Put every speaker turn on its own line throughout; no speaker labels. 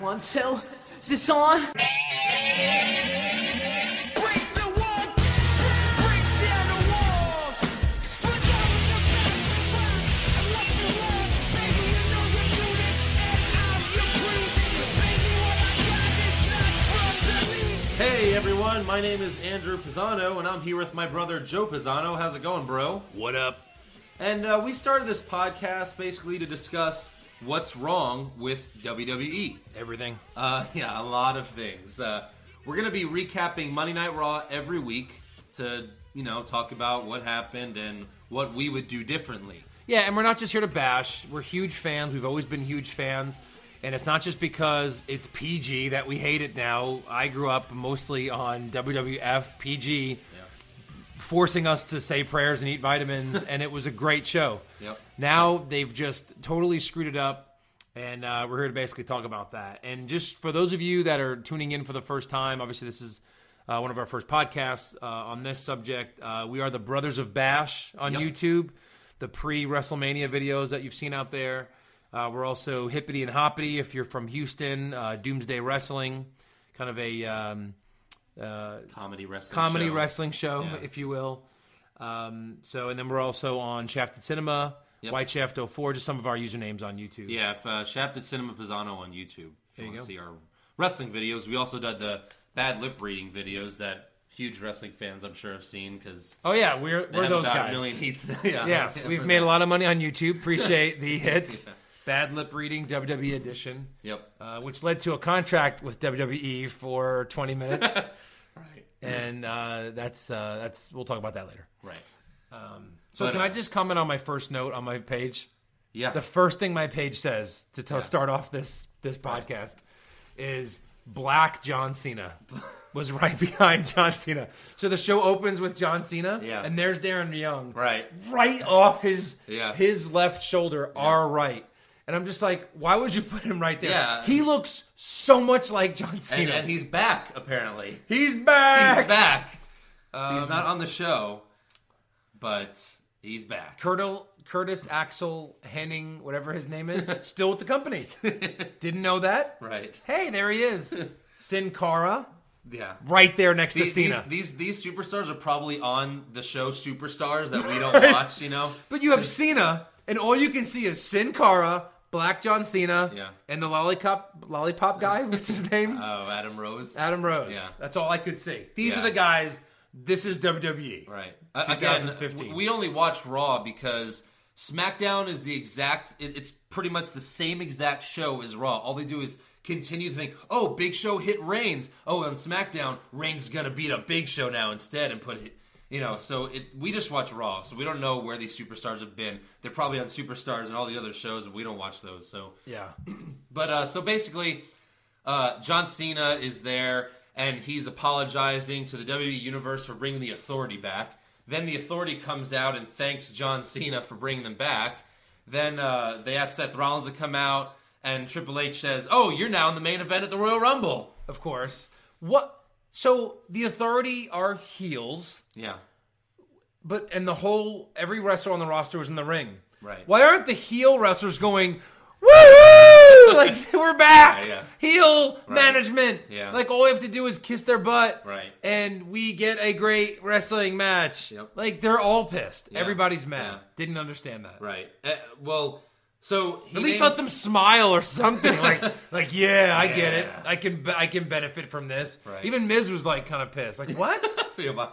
One cell? Is this on?
Break the wall. Break down the walls. Foot down with your back to the ground. And what you want, baby, you know your unit. And I'm your priest. Baby, what I got is not from the least.
Hey everyone, my name is Andrew Pisano, and I'm here with my brother Joe Pisano. How's it going, bro?
What up?
And uh, we started this podcast basically to discuss what's wrong with WWE.
Everything.
Uh, yeah, a lot of things. Uh, we're going to be recapping Monday Night Raw every week to, you know, talk about what happened and what we would do differently.
Yeah, and we're not just here to bash. We're huge fans. We've always been huge fans. And it's not just because it's PG that we hate it now. I grew up mostly on WWF PG, forcing us to say prayers and eat vitamins, and it was a great show.
Yep.
Now they've just totally screwed it up, and uh, we're here to basically talk about that. And just for those of you that are tuning in for the first time, obviously this is uh, one of our first podcasts uh, on this subject. Uh, we are the Brothers of Bash on
Yep.
YouTube, the pre WrestleMania videos that you've seen out there. Uh, we're also Hippity and Hoppity if you're from Houston, uh, Doomsday Wrestling, kind of a um,
Comedy wrestling.
comedy
show.
wrestling show,
Yeah.
if you will. Um, so, and then we're also on Shafted Cinema,
Yep.
White Shaft 04, just some of our usernames on YouTube.
Yeah, if, uh, Shafted Cinema Pisano on YouTube. If you, want
go.
to see our wrestling videos, we also did the bad lip reading videos that huge wrestling fans, I'm sure, have seen because
Oh yeah, we're we're those
about
guys.
A million hits now. yeah,
Yes, we've made a lot of money on YouTube. Appreciate the hits. Bad lip reading WWE edition,
Yep.
uh, which led to a contract with WWE for 20 minutes,
Right.
and uh, that's uh, that's we'll talk about that later.
Right.
So
But,
can
uh,
I just comment on my first note on my page?
Yeah.
The first thing my page says to t- start off this this podcast is Black John Cena was right behind John Cena. So the show opens with John Cena,
Yeah.
and there's Darren Young,
right.
right off his
Yeah.
his left shoulder, our right. And I'm just like, why would you put him right there?
Yeah.
He looks so much like John Cena.
And, and he's back apparently.
he's back.
He's back. he's not on the show, but he's back.
Curtil, Curtis Axel Henning, whatever his name is, still with the company. Didn't know that.
Right.
Hey, there he is. Sin Cara,
Yeah.
right there next
These,
to Cena.
these these these superstars are probably on the show superstars that we don't watch, you know.
but you have Cena, and all you can see is Sin Cara, Black John Cena,
Yeah.
and the lollipop lollipop guy. What's his name?
Oh, Adam Rose.
Adam Rose.
Yeah.
That's all I could see. These
Yeah.
are the guys. This is E. WWE.
Right. Uh, again,
2015.
we only watch Raw because SmackDown is the exact. It, it's pretty much the same exact show as Raw. All they do is continue to think, oh, Big Show hit Reigns. Oh, on SmackDown, Reigns gonna beat up Big Show now instead and put it. You know, so it, we just watch Raw, so we don't know where these superstars have been. They're probably on Superstars and all the other shows, and we don't watch those. So
Yeah.
but uh, so basically, uh, John Cena is there and he's apologizing to the WWE Universe for bringing the authority back. Then the authority comes out and thanks John Cena for bringing them back. Then uh, they ask Seth Rollins to come out, and Triple H says, Oh, you're now in the main event at the Royal Rumble.
Of course. What? So the authority are heels,
Yeah.
but and the whole every wrestler on the roster was in the ring.
Right.
Why aren't the heel wrestlers going? Woohoo! like we're back.
Yeah, yeah.
Heel management.
Yeah.
Like all we have to do is kiss their butt.
Right.
And we get a great wrestling match.
Yep.
Like they're all pissed. Everybody's mad.
Yeah.
Didn't understand that.
Right. Uh, well, so he
At least
names-
let them smile or something. Like, like, yeah, I get it.
Yeah.
I can, be- I can benefit from this.
Right.
Even Miz was like, kind of pissed. Like, what?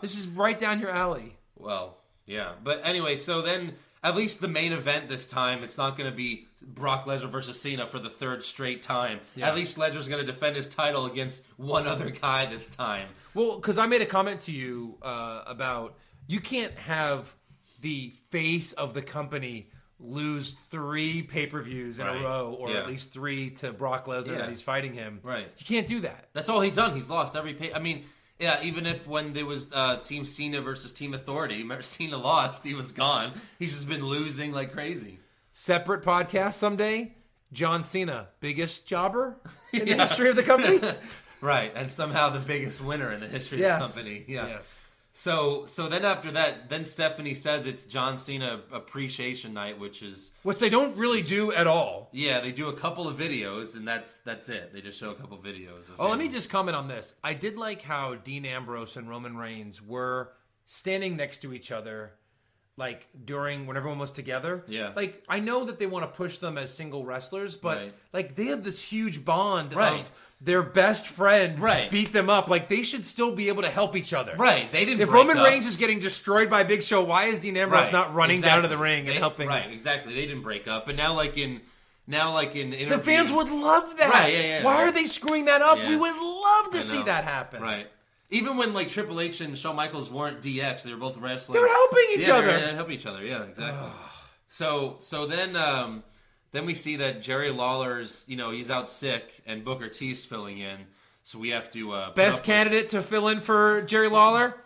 this is right down your alley.
Well, yeah. But anyway, so then at least the main event this time, it's not going to be Brock Lesnar versus Cena for the third straight time. At least Lesnar's going to defend his title against one other guy this time.
Well, because I made a comment to you uh, about you can't have the face of the company lose three pay per views in
Right.
a row, or
Yeah.
at least three to Brock Lesnar
Yeah.
that he's fighting him.
Right.
You can't do that.
That's all he's done. He's lost every pay. I mean, yeah, even if when there was uh, Team Cena versus Team Authority, remember Cena lost, he was gone. He's just been losing like crazy.
Separate podcast someday. John Cena, biggest jobber in the history of the company.
Right, and somehow the biggest winner in the history
yes.
of the company. Yeah.
Yes.
So so then after that, then Stephanie says it's John Cena appreciation night, which is
Which they don't really do at all.
yeah, they do a couple of videos and that's that's it. They just show a couple of videos. Of
Oh, let
him.
me just comment on this. I did like how Dean Ambrose and Roman Reigns were standing next to each other, like during when everyone was together.
Yeah.
Like I know that they want to push them as single wrestlers, but
Right.
like they have this huge bond
Right.
of their best friend
Right.
beat them up. Like they should still be able to help each other.
right. They didn't.
If
break
Roman
up.
Reigns is getting destroyed by Big Show, why is Dean Ambrose not running down to
exactly.
the ring and
They-
helping?
Right, exactly. They didn't break up, but now like in now like in
The fans would love that.
Right, yeah, yeah,
Why
yeah.
are they screwing that up?
Yeah.
We would love to
I
see
know.
that happen.
Right. Even when like Triple H and Shawn Michaels weren't DX, they were both wrestling.
They're helping each
Yeah, they were-
other.
yeah, they're helping each other. Yeah, exactly. so so then um, then we see that Jerry Lawler's you know he's out sick and Booker T's filling in, so we have to uh, put
Best
up with-
candidate to fill in for Jerry Lawler?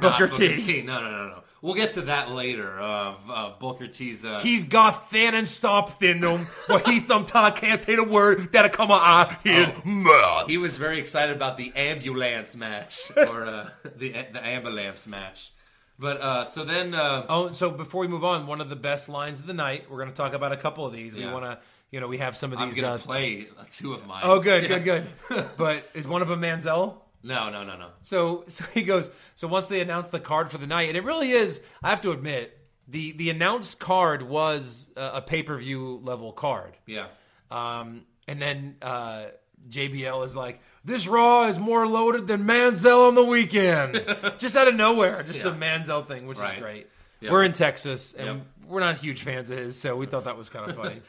Not
Booker, T.
No no no no. We'll get to that later. Of uh, Booker T's. Uh,
He's got thin and stop thin him, but he sometimes can't say the word that'll come out his mouth.
he was very excited about the ambulance match or uh, the the ambulance match. But uh, so then uh,
Oh, so before we move on, one of the best lines of the night. We're going to talk about a couple of these. We
Yeah.
want to, you know, we have some of
I'm
these.
gonna
uh,
play two of mine.
oh, good,
Yeah.
good, good. But is one of them Manzel?
No, no, no, no.
So so he goes. So once they announced the card for the night, and it really is. I have to admit, the the announced card was uh, a pay per view level card.
Yeah.
Um, and then uh, JBL is like, "This Raw is more loaded than Manziel on the weekend." just out of nowhere, just a
Yeah.
Manziel thing, which
Right.
is great.
Yep.
We're in Texas, and
Yep.
we're not huge fans of his, so we thought that was kind of funny.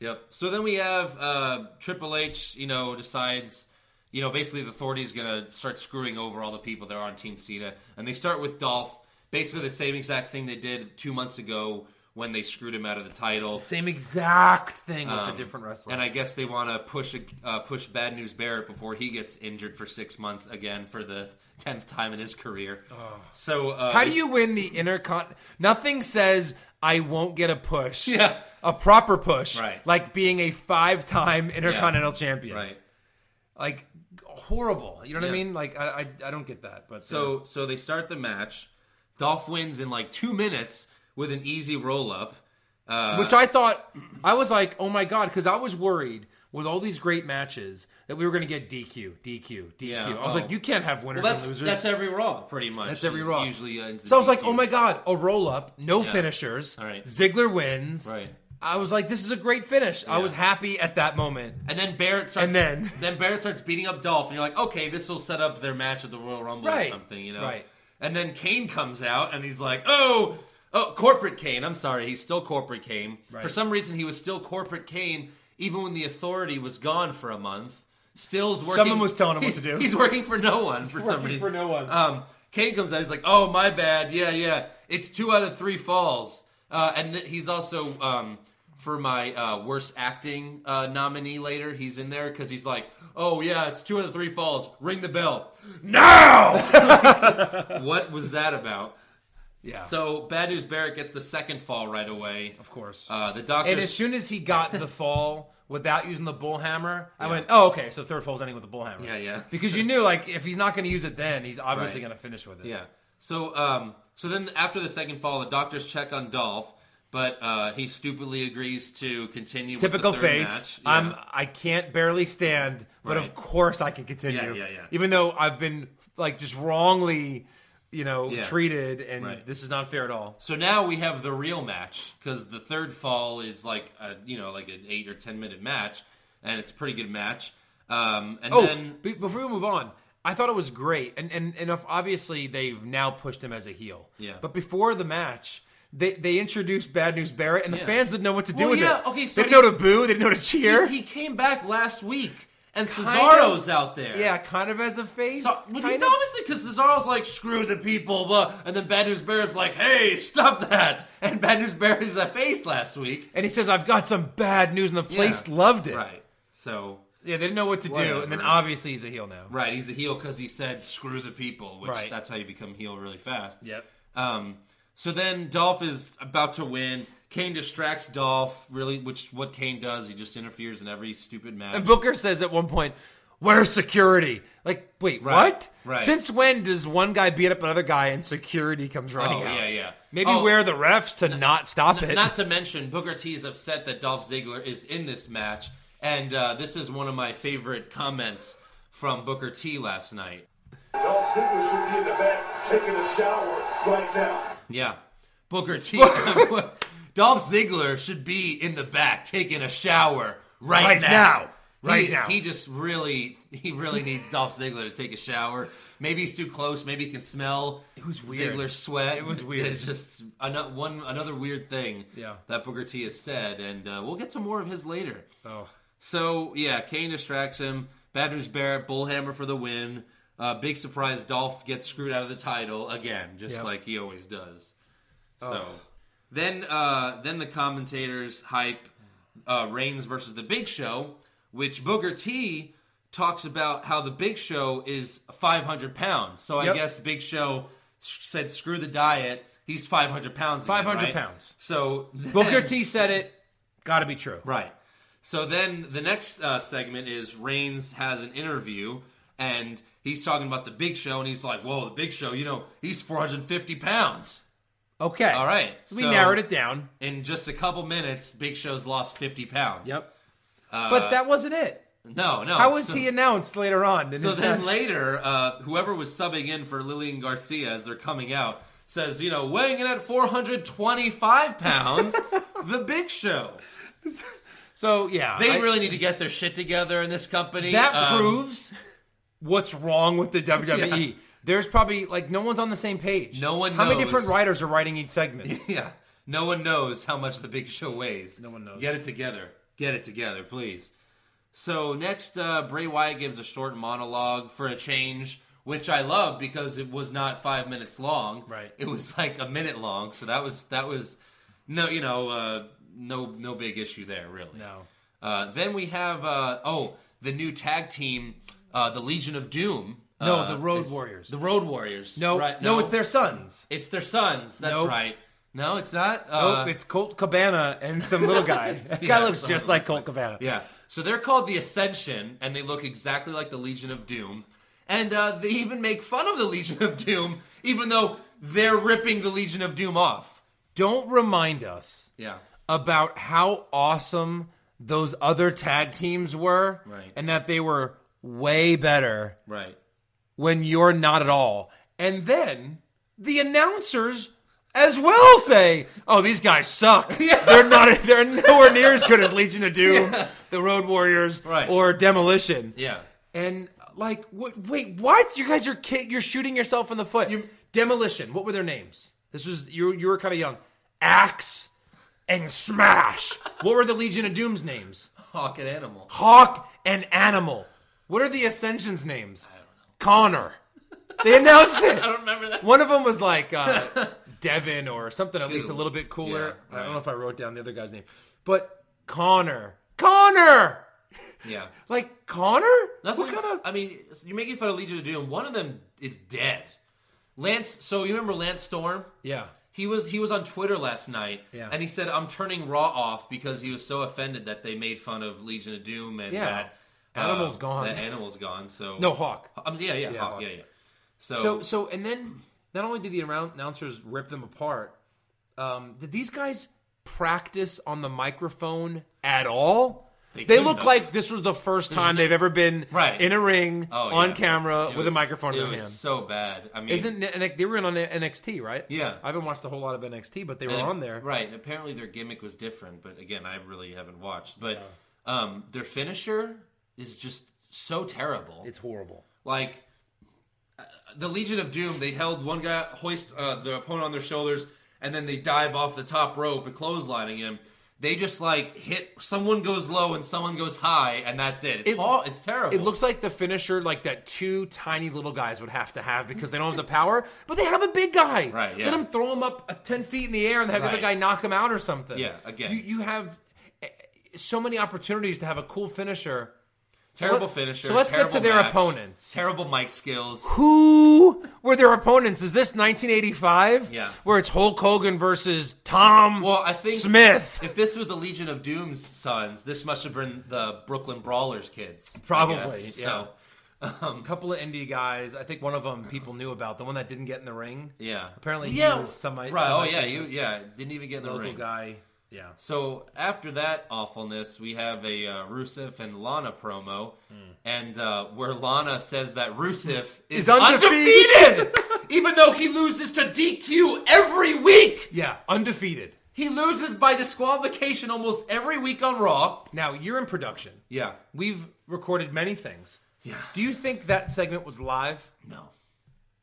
Yep. So then we have uh, Triple H, you know, decides, you know, basically the authority's going to start screwing over all the people that are on Team Cena. And they start with Dolph, basically the same exact thing they did two months ago when they screwed him out of the title.
Same exact thing with
Um,
a different wrestler.
And I guess they want to push a, uh, push Bad News Barrett before he gets injured for six months again for the tenth time in his career. So uh,
Oh. How do
they-
you win the intercon? Nothing says I won't get a push.
Yeah.
A proper push,
Right.
Like being a five-time intercontinental champion,
right?
Like horrible. You know what I
Yeah.
mean? Like I, I, I don't get that. But uh,
So so they start the match. Dolph wins in like two minutes with an easy roll up. Uh,
which I thought I was like, oh my god, because I was worried with all these great matches that we were going to get DQ, DQ, DQ.
Yeah,
I was
oh.
like, you can't have winners
well, that's
and losers.
that's every Raw pretty much.
That's every
It's
Raw.
Usually, uh,
so I was like, oh my god, a roll up, no
Yeah.
finishers.
All right.
Ziggler wins.
Right.
I was like, this is a great finish. I
Yeah.
was happy at that moment.
And then Barrett starts.
And then-
Barrett starts beating up Dolph, and you're like, okay, this will set up their match at the Royal Rumble
Right.
or something, you know?
Right.
And then Kane comes out, and he's like, oh, oh, corporate Kane. I'm sorry, he's still corporate Kane.
Right.
For some reason, he was still corporate Kane even when the authority was gone for a month. Still's working.
Someone was telling him what to
he's-
do.
He's working for no one for some
working
reason.
for no one.
Um, Kane comes out. He's like, "Oh, my bad. Yeah, yeah. It's two out of three falls." Uh, and th- he's also um, for my uh, worst acting uh, nominee later. He's in there because he's like, "Oh yeah, it's two out of three falls. Ring the bell now." what was that about?
Yeah.
So bad news. Barrett gets the second fall right away.
Of course.
Uh, the doctor.
and as soon as he got the fall without using the bull hammer, I
Yeah.
went, oh, okay, so third fall's ending with the bull hammer.
Yeah, yeah.
Because you knew, like, if he's not going to use it then, he's obviously
Right.
going to finish with it.
Yeah. So um so then after the second fall, the doctors check on Dolph, but uh he stupidly agrees to continue.
Typical
with the third
face.
Match. Yeah.
I'm, I can't barely stand, but of
Right.
course I can continue.
Yeah, yeah, yeah.
Even though I've been, like, just wrongly, you know,
Yeah.
treated, and
Right.
this is not fair at all.
So now we have the real match because the third fall is like a you know like an eight or ten minute match, and it's a pretty good match. Um and
Oh,
then
be- before we move on, I thought it was great, and and and if- obviously they've now pushed him as a heel.
Yeah.
But before the match. They, they introduced Bad News Barrett, and the
Yeah.
fans didn't know what to do
Well,
with
yeah,
it.
okay, so
they didn't
he-
know to boo, they didn't know to cheer.
he, he came back last week, and
Kind
Cesaro's
of-
out there.
Yeah, kind of as a face.
So, but
kind
he's
of.
obviously because Cesaro's like, screw the people, blah, and then Bad News Barrett's like, hey, stop that. And Bad News Barrett is a face last week.
and he says, "I've got some bad news," and the place loved it.
Right. So,
Yeah, they didn't know what to do,
Whatever.
and then obviously he's a heel now.
right, he's a heel because he said, screw the people, which
Right.
that's how you become heel really fast.
Yep.
Um, so then Dolph is about to win. Kane distracts Dolph, really, which is what Kane does. He just interferes in every stupid match.
And Booker says at one point, Where's security? Like, wait, what?
right.
Since when does one guy beat up another guy and security comes running
Oh,
out?
yeah, yeah.
Maybe
Oh.
we're the refs to not stop
N-
it.
Not to mention, Booker T is upset that Dolph Ziggler is in this match, and uh, this is one of my favorite comments from Booker T last night.
Dolph Ziggler should be in the back taking a shower right now.
Yeah, Booker T. Dolph Ziggler should be in the back taking a shower right,
Right now. Right
he,
now.
he just really, he really needs Dolph Ziggler to take a shower. Maybe he's too close. Maybe he can smell it
was weird.
Ziggler's sweat.
It was weird.
It's just another one, another weird thing.
Yeah.
that Booker T has said, and uh, we'll get to more of his later.
Oh.
So yeah, Kane distracts him. Bad news Barrett, bullhammer for the win. Uh, big surprise, Dolph gets screwed out of the title again, just
Yep.
like he always does. So then, uh, then the commentators hype uh, Reigns versus the Big Show, which Booker T talks about how the Big Show is 500 pounds. So I
Yep.
guess Big Show s- said, "Screw the diet." He's 500 pounds. again,
500
right?
pounds.
So
Booker
then-
T said it. Gotta be true.
Right. So then the next uh, segment is Reigns has an interview and he's talking about the Big Show and he's like, "Whoa, the Big Show! You know, he's 450 pounds."
Okay.
All right.
We
so
narrowed it down.
in just a couple minutes. Big Show's lost 50 pounds.
but that wasn't it.
No, no.
How was
Uh, so,
he announced later on? In
So
his
then
match?
later, uh, whoever was subbing in for Lillian Garcia as they're coming out says, "You know, weighing in at 425 pounds, the Big Show."
So yeah,
They
I-
really need to get their shit together in this company.
that
Um,
proves what's wrong with the WWE.
Yeah.
There's probably like no one's on the same page.
No one
How many
knows.
different writers are writing each segment?
Yeah. No one knows how much the Big Show weighs. No
one knows.
Get it together. Get it together, please. So next, uh, Bray Wyatt gives a short monologue for a change, which I love because it was not five minutes long.
Right.
It was like a minute long. So that was that was no, you know, uh, no no big issue there really.
No.
Uh, then we have uh, oh the new tag team, uh, the Legion of Doom.
No,
uh,
the Road
is-
Warriors.
The Road Warriors.
No,
right?
no, it's their sons.
It's their sons. That's
Nope.
right. No, it's not. Uh,
Nope, it's Colt Cabana and some little guy. That
Yeah,
guy looks
someone
just like
looks
Colt Cabana.
Yeah. So they're called the Ascension, and they look exactly like the Legion of Doom. And uh, they even make fun of the Legion of Doom, even though they're ripping the Legion of Doom off.
Don't remind us
Yeah.
about how awesome those other tag teams were,
Right.
and that they were way better
Right.
when you're not at all. And then the announcers as well say, "Oh, these guys suck. They're not. They're nowhere near as good as Legion of Doom, the Road Warriors,
Right.
or Demolition."
Yeah.
And like, what, wait, what? You guys are ki- you're shooting yourself in the foot. Demolition. What were their names? This was you. You were kind of young. Axe and Smash. what were the Legion of Doom's names?
Hawk and animal.
Hawk and Animal. What are the Ascension's names? I don't know. Connor. They announced it.
I don't remember that.
One of them was like uh, Devin or something, at least a little bit cooler.
Yeah,
I don't
right.
know if I wrote down the other guy's name, but Connor. Connor.
Yeah.
Like Connor?
Nothing.
What kind of?
I mean, you're making fun of Legion of Doom. One of them is dead. Lance. So you remember Lance Storm?
Yeah.
He was he was on Twitter last night,
Yeah.
and he said, "I'm turning Raw off because he was so offended that they made fun of Legion of Doom and
Yeah.
that uh,
Animal's gone.
That animal's gone. So
No Hawk.
um, yeah, yeah,
Yeah,
Hawk,
Hawk.
yeah, yeah. So,
So so and then not only did the annou- announcers rip them apart, um, did these guys practice on the microphone at all? They,
couldn't
look
have.
like this was the first time they've ever been
Right.
in a ring
oh,
on
yeah.
camera
It
with a
was-
microphone
it
in their
was
hand.
so bad. I mean,
Isn't N- N- they were in on NXT, right?
Yeah.
I haven't watched a whole lot of NXT, but they were
and-
on there.
right? And apparently their gimmick was different, but again, I really haven't watched. But um, their finisher is just so terrible.
It's horrible.
like uh, the Legion of Doom, they held one guy hoist uh, the opponent on their shoulders, and then they dive off the top rope and clotheslining him. They just like hit someone goes low and someone goes high, and that's it. It's
It-
all it's terrible.
It looks like the finisher, like that two tiny little guys would have to have because they don't have the power, but they have a big guy.
Right, yeah.
Let them throw him up uh, 10 feet in the air and have the other guy
Right.
knock him out or something.
Yeah, again.
eh, You, you have eh, so many opportunities to have a cool finisher.
Terrible
let-
finisher.
so let's get to
terrible
their
match,
opponents.
Terrible mic skills.
Who were their opponents? Is this 1985?
Yeah.
Where it's Hulk Hogan versus Tom
Well, I think
Smith.
If this was the Legion of Doom's sons, this must have been the Brooklyn Brawlers kids. I
Probably,
guess.
yeah.
So,
A couple of indie guys. I think one of them people knew about. The one that didn't get in the ring.
yeah.
Apparently he
yeah.
was semi-
Right. Oh yeah. He
semi-famous.
was, yeah. Didn't even get in the
Local
ring.
guy. Yeah.
So after that awfulness, we have a uh, Rusev and Lana promo, and uh, where Lana says that Rusev is
Is undefeated.
undefeated, even though he loses to DQ every week.
Yeah. Undefeated.
He loses by disqualification almost every week on Raw.
Now you're in production.
Yeah.
We've recorded many things.
Yeah.
Do you think that segment was live?
No.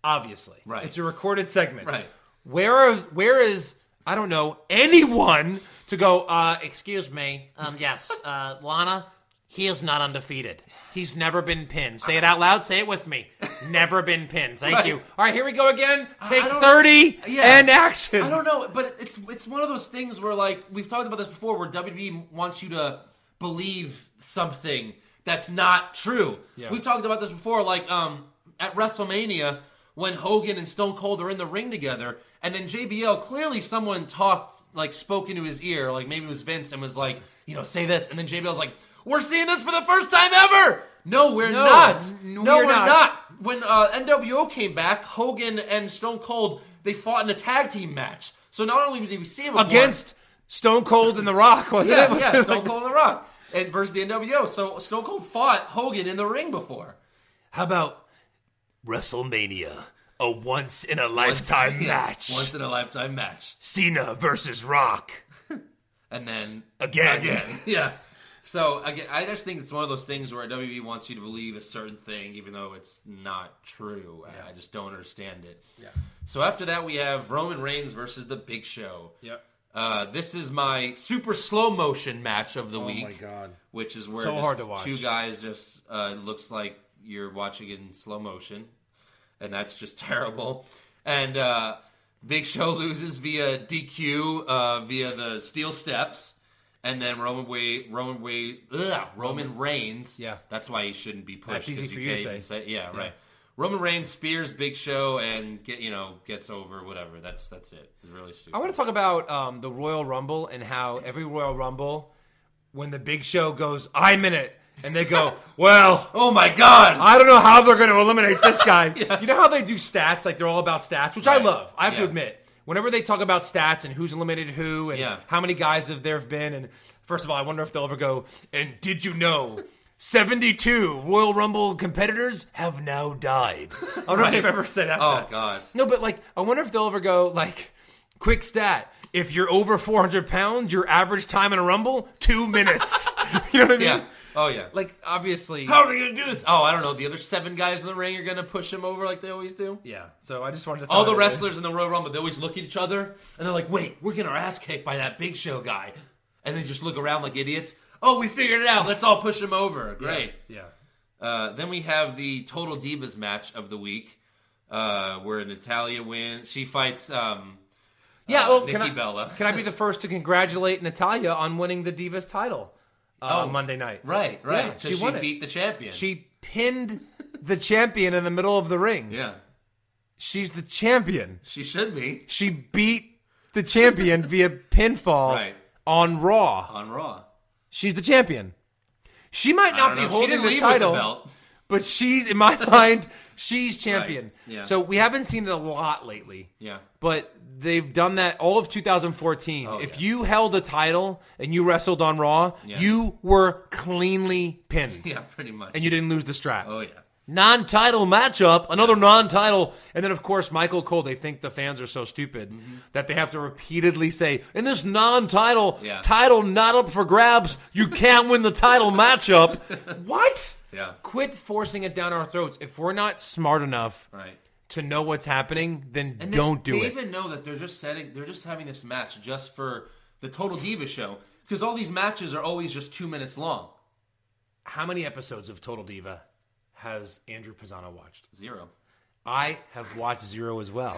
Obviously.
Right.
It's a recorded segment.
Right.
Where of where is I don't know anyone to go, uh, excuse me. Um yes, uh Lana, he is not undefeated. He's never been pinned. Say it out loud, say it with me. Never been pinned. Thank
Right.
you. All right, here we go again. Take
I don't-
30
Yeah.
and action.
I don't know, but it's it's one of those things where like we've talked about this before, where WWE wants you to believe something that's not true.
Yeah.
We've talked about this before, like um at WrestleMania when Hogan and Stone Cold are in the ring together, and then JBL clearly someone talked like spoke into his ear, like maybe it was Vince, and was like, you know, say this, and then JBL's like, we're seeing this for the first time ever. No, we're
No,
not.
n-
no, we're
we're not.
not when uh, NWO came back, Hogan and Stone Cold they fought in a tag team match. So not only did we see him before-
Against Stone Cold and The Rock, wasn't it?
yeah,
Wasn't
yeah,
it
Stone
like-
Cold and The Rock, and versus the NWO. So Stone Cold fought Hogan in the ring before.
How about WrestleMania? A once in a lifetime
Yeah,
match.
once in a lifetime match,
Cena versus Rock.
and then
Again.
yeah. So again, I just think it's one of those things where WWE wants you to believe a certain thing, even though it's not true. I- I just don't understand it. Yeah. So after that, we have Roman Reigns versus The Big Show.
Yep.
Uh, this is my super slow motion match of the
Oh, my
week.
God.
Which is where
So
just
hard to watch.
two guys just uh, it looks like you're watching it in slow motion, and that's just terrible. And uh, Big Show loses via DQ uh, via the steel steps, and then Roman Way Roman Way ugh, Roman Reigns.
Yeah.
that's why he shouldn't be pushed.
That's easy
'cause
for you to
can't
say.
even Yeah, right. Roman Reigns spears Big Show and get you know gets over whatever. That's that's it. It's really stupid.
I want to talk about um, the Royal Rumble and how every Royal Rumble, when the Big Show goes, I'm in it, and they go, well,
oh my god!
I don't know how they're going to eliminate this guy. You know how they do stats, like they're all about stats, which I
Right.
love. I have to
Yeah.
admit, whenever they talk about stats and who's eliminated who and
Yeah.
how many guys have there have been, and first of all, I wonder if they'll ever go. And did you know? 72 Royal Rumble competitors have now died. I don't know if they've ever said that.
Oh god.
No, but like, I wonder if they'll ever go like, quick stat: if you're over 400 pounds, your average time in a rumble two minutes. you know what I mean?
Yeah. Oh yeah. Like
Like, obviously.
how are they gonna do this? Oh, I don't know. The other seven guys in the ring are gonna push him over like they always do.
yeah. So I just wanted to.
All
throw
the
that in.
wrestlers in the Royal Rumble, they always look at each other and they're like, "Wait, we're getting our ass kicked by that Big Show guy," and they just look around like idiots. Oh, we figured it out. Let's all push him over. Great.
Yeah.
Uh, then we have the Total Divas match of the week, uh, where Natalia wins. She fights. Um,
Yeah.
Uh,
well, can
Nikki
I,
Bella.
can I be the first to congratulate Natalia on winning the Divas title uh,
Oh,
on Monday night?
right, right.
Yeah,
'cause
she
she,
won it.
beat the champion.
She pinned the champion in the middle of the ring.
yeah,
She's the champion.
she should be
She beat the champion via pinfall
Right.
on Raw.
on Raw.
She's the champion. She might
I
not
don't
be
know. she
holding
didn't
the
leave
title,
with the belt.
but she's in my mind. She's champion.
Yeah.
So we haven't seen it a lot lately.
Yeah. Oh,
But they've done that all of 2014. if
yeah.
you held a title and you wrestled on Raw,
Yeah.
you were cleanly pinned,
Yeah, pretty much.
and you didn't lose the strap.
oh yeah,
Non-title matchup, another non-title, and then of course Michael Cole. They think the fans are so stupid
Mm-hmm.
that they have to repeatedly say, "In this non-title
Yeah.
title not up for grabs, you can't win the title matchup." What?
Yeah.
Quit forcing it down our throats. If we're not smart enough
right.
to know what's happening, then
And they-
don't do
they
it.
even know that they're just setting, they're just having this match just for the Total Diva show because all these matches are always just two minutes long.
How many episodes of Total Diva has Andrew Pisano watched?
Zero.
I have watched zero as well.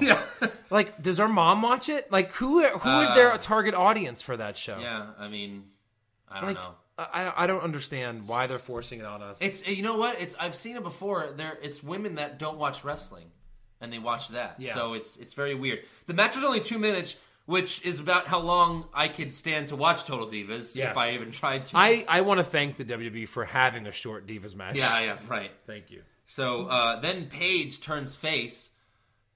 Like, does our mom
Uh,
watch it? Like, who who is their target audience for that show?
Yeah, I mean, I don't
Like,
know.
I, I- I don't understand why they're forcing it on us.
It's you know what? It's I've seen it before. There, it's women that don't watch wrestling, and they watch that.
Yeah.
So it's it's very weird. The match was only two minutes, which is about how long I could stand to watch Total Divas
Yes.
if I even tried to.
I, I want to thank the WWE for having a short Divas match.
yeah yeah right.
Thank you.
So uh, then Paige turns face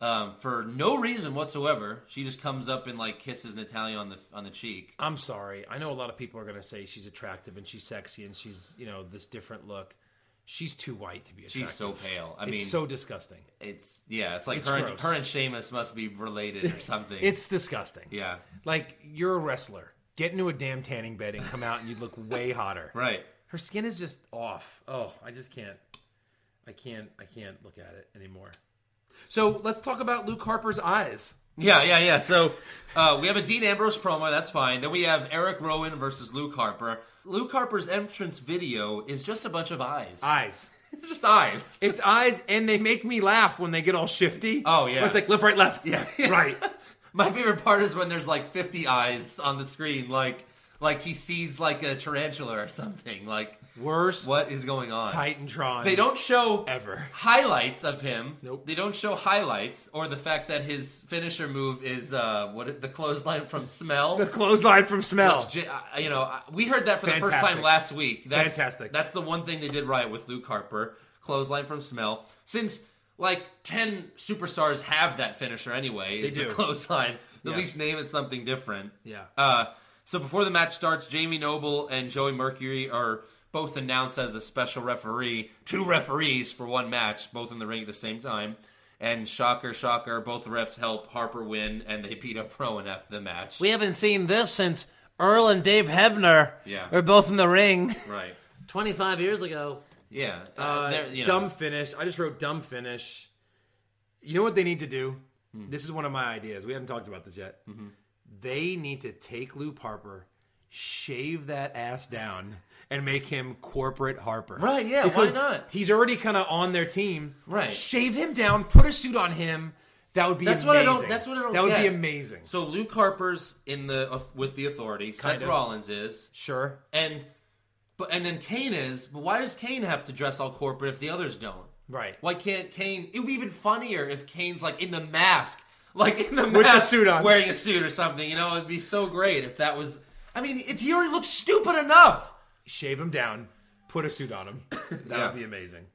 um, for no reason whatsoever. She just comes up and like kisses Natalia on the on the cheek.
I'm sorry. I know a lot of people are going to say she's attractive and she's sexy and she's, you know, this different look. She's too white to be attractive.
She's so pale. I
it's
mean,
so disgusting.
it's yeah, it's like
It's
her and,
gross.
her and Sheamus must be related or something.
It's disgusting.
yeah,
Like, you're a wrestler. Get into a damn tanning bed and come out and you'd look way hotter.
right.
Her skin is just off. Oh, I just can't. I can't. I can't look at it anymore. So let's talk about Luke Harper's eyes.
Yeah, yeah, yeah. So uh, we have a Dean Ambrose promo. That's fine. Then we have Eric Rowan versus Luke Harper. Luke Harper's entrance video is just a bunch of eyes.
Eyes.
It's just eyes.
It's eyes, and they make me laugh when they get all shifty.
Oh, yeah.
It's like left, right, left.
Yeah.
right.
My favorite part is when there's like 50 eyes on the screen, like like he sees like a tarantula or something. Like
Worst
what is going on?
Titantron.
They don't show
Ever.
highlights of him.
Nope.
They don't show highlights or the fact that his finisher move is uh what the clothesline from Smell.
the clothesline from smell.
J- I- you know, I- we heard that for the first
Fantastic.
time last week. That's,
Fantastic.
That's the one thing they did right with Luke Harper, clothesline from smell. Since like ten superstars have that finisher anyway, is
They
the
do.
clothesline.
Yes.
At least name it something different.
Yeah.
Uh, so before the match starts, Jamie Noble and Joey Mercury are both announced as a special referee, two referees for one match, both in the ring at the same time. And shocker, shocker, both refs help Harper win, and they beat up Rowan after the match.
We haven't seen this since Earl and Dave Hebner
Yeah.
were both in the ring
right.
25 years ago.
Yeah, uh,
Uh,
they're, you know,
dumb finish. I just wrote dumb finish. You know what they need to do?
Hmm.
This is one of my ideas. We haven't talked about this yet.
Mm-hmm.
They need to take Luke Harper, shave that ass down, and make him corporate Harper.
Right, yeah, why
Because
not?
He's already kind of on their team.
Right.
Shave him down, put a suit on him. That would be
That's what I
amazing.
don't- that's what I don't
That would be
get.
amazing.
So Luke Harper's in the uh, with the Authority. Seth
of.
Rollins is,
Sure.
and but and then Kane is. But why does Kane have to dress all corporate if the others don't?
Right.
Why can't Kane? It would be even funnier if Kane's like in the mask, like in the
the
mask,
suit on.
wearing a suit or something. You know, it'd be so great if that was. I mean, if he already looks stupid enough.
Shave him down, put a suit on him. That
Yeah.
would be amazing.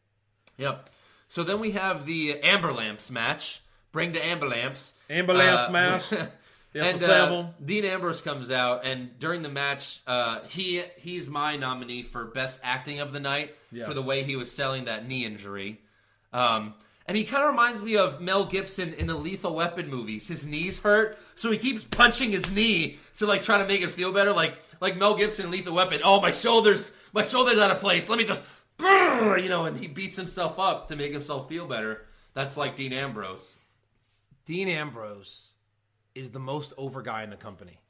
Yep. So then we have the Amber Lamps match. Bring to Amber Lamps. Uh,
Amber Lamp match. Yes,
and
the
uh,
table.
Dean Ambrose comes out, and during the match, uh, he he's my nominee for best acting of the night
Yeah.
for the way he was selling that knee injury. Um, and he kind of reminds me of Mel Gibson in the Lethal Weapon movies. His knees hurt, so he keeps punching his knee to like try to make it feel better. Like like Mel Gibson in Lethal Weapon. Oh, my shoulders, my shoulders out of place. Let me just, brrr," you know. And he beats himself up to make himself feel better. That's like Dean Ambrose.
Dean Ambrose is the most over guy in the company.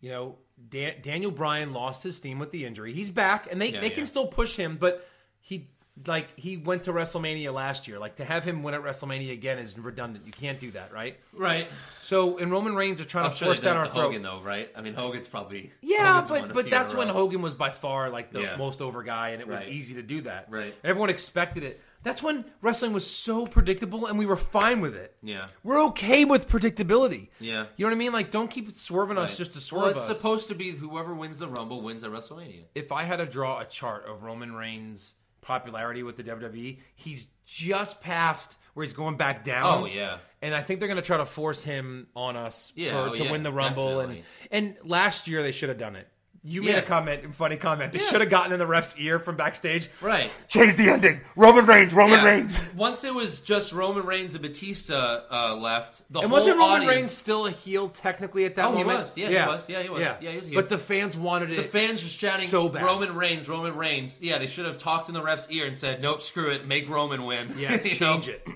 You know, Dan- Daniel Bryan lost his steam with the injury. He's back, and they, they
yeah.
can still push him, but he like he went to WrestleMania last year. Like to have him win at WrestleMania again is redundant. You can't do that, right?
Right.
So, and Roman Reigns are trying
I'm
to
sure
force
they did
down
it
our
with
throat.
Hogan though, right? I mean, Hogan's probably
Yeah,
Hogan's won
but
a
but
few
that's
in a
when
row.
Hogan was by far like the
Yeah.
most over guy, and it was
Right.
easy to do that.
Right.
And everyone expected it. That's when wrestling was so predictable, and we were fine with it.
Yeah.
we're okay with predictability.
Yeah.
you know what I mean. Like, don't keep swerving
Right.
us just to swerve
Well, it's
us.
supposed to be whoever wins the Rumble wins at WrestleMania.
if I had to draw a chart of Roman Reigns' popularity with the WWE, he's just past where he's going back down.
Oh, yeah.
And I think they're going to try to force him on us
Yeah,
for,
oh,
to
yeah,
win the Rumble.
definitely.
And and last year they should have done it. You made
Yeah.
a comment, funny comment. They
Yeah.
should have gotten in the ref's ear from backstage.
Right.
Change the ending. Roman Reigns. Roman
Yeah.
Reigns.
Once it was just Roman Reigns and Batista uh, left, the
And
whole
wasn't Roman
audience,
Reigns still a heel technically at that
Oh, he
moment?
was. Yeah, he was. Yeah, he was. Yeah, he was a heel.
But the fans wanted it.
The fans were shouting
so bad.
Roman Reigns, Roman Reigns. Yeah, they should have talked in the ref's ear and said, "Nope, screw it, make Roman win."
Yeah,
You
change
know?
it.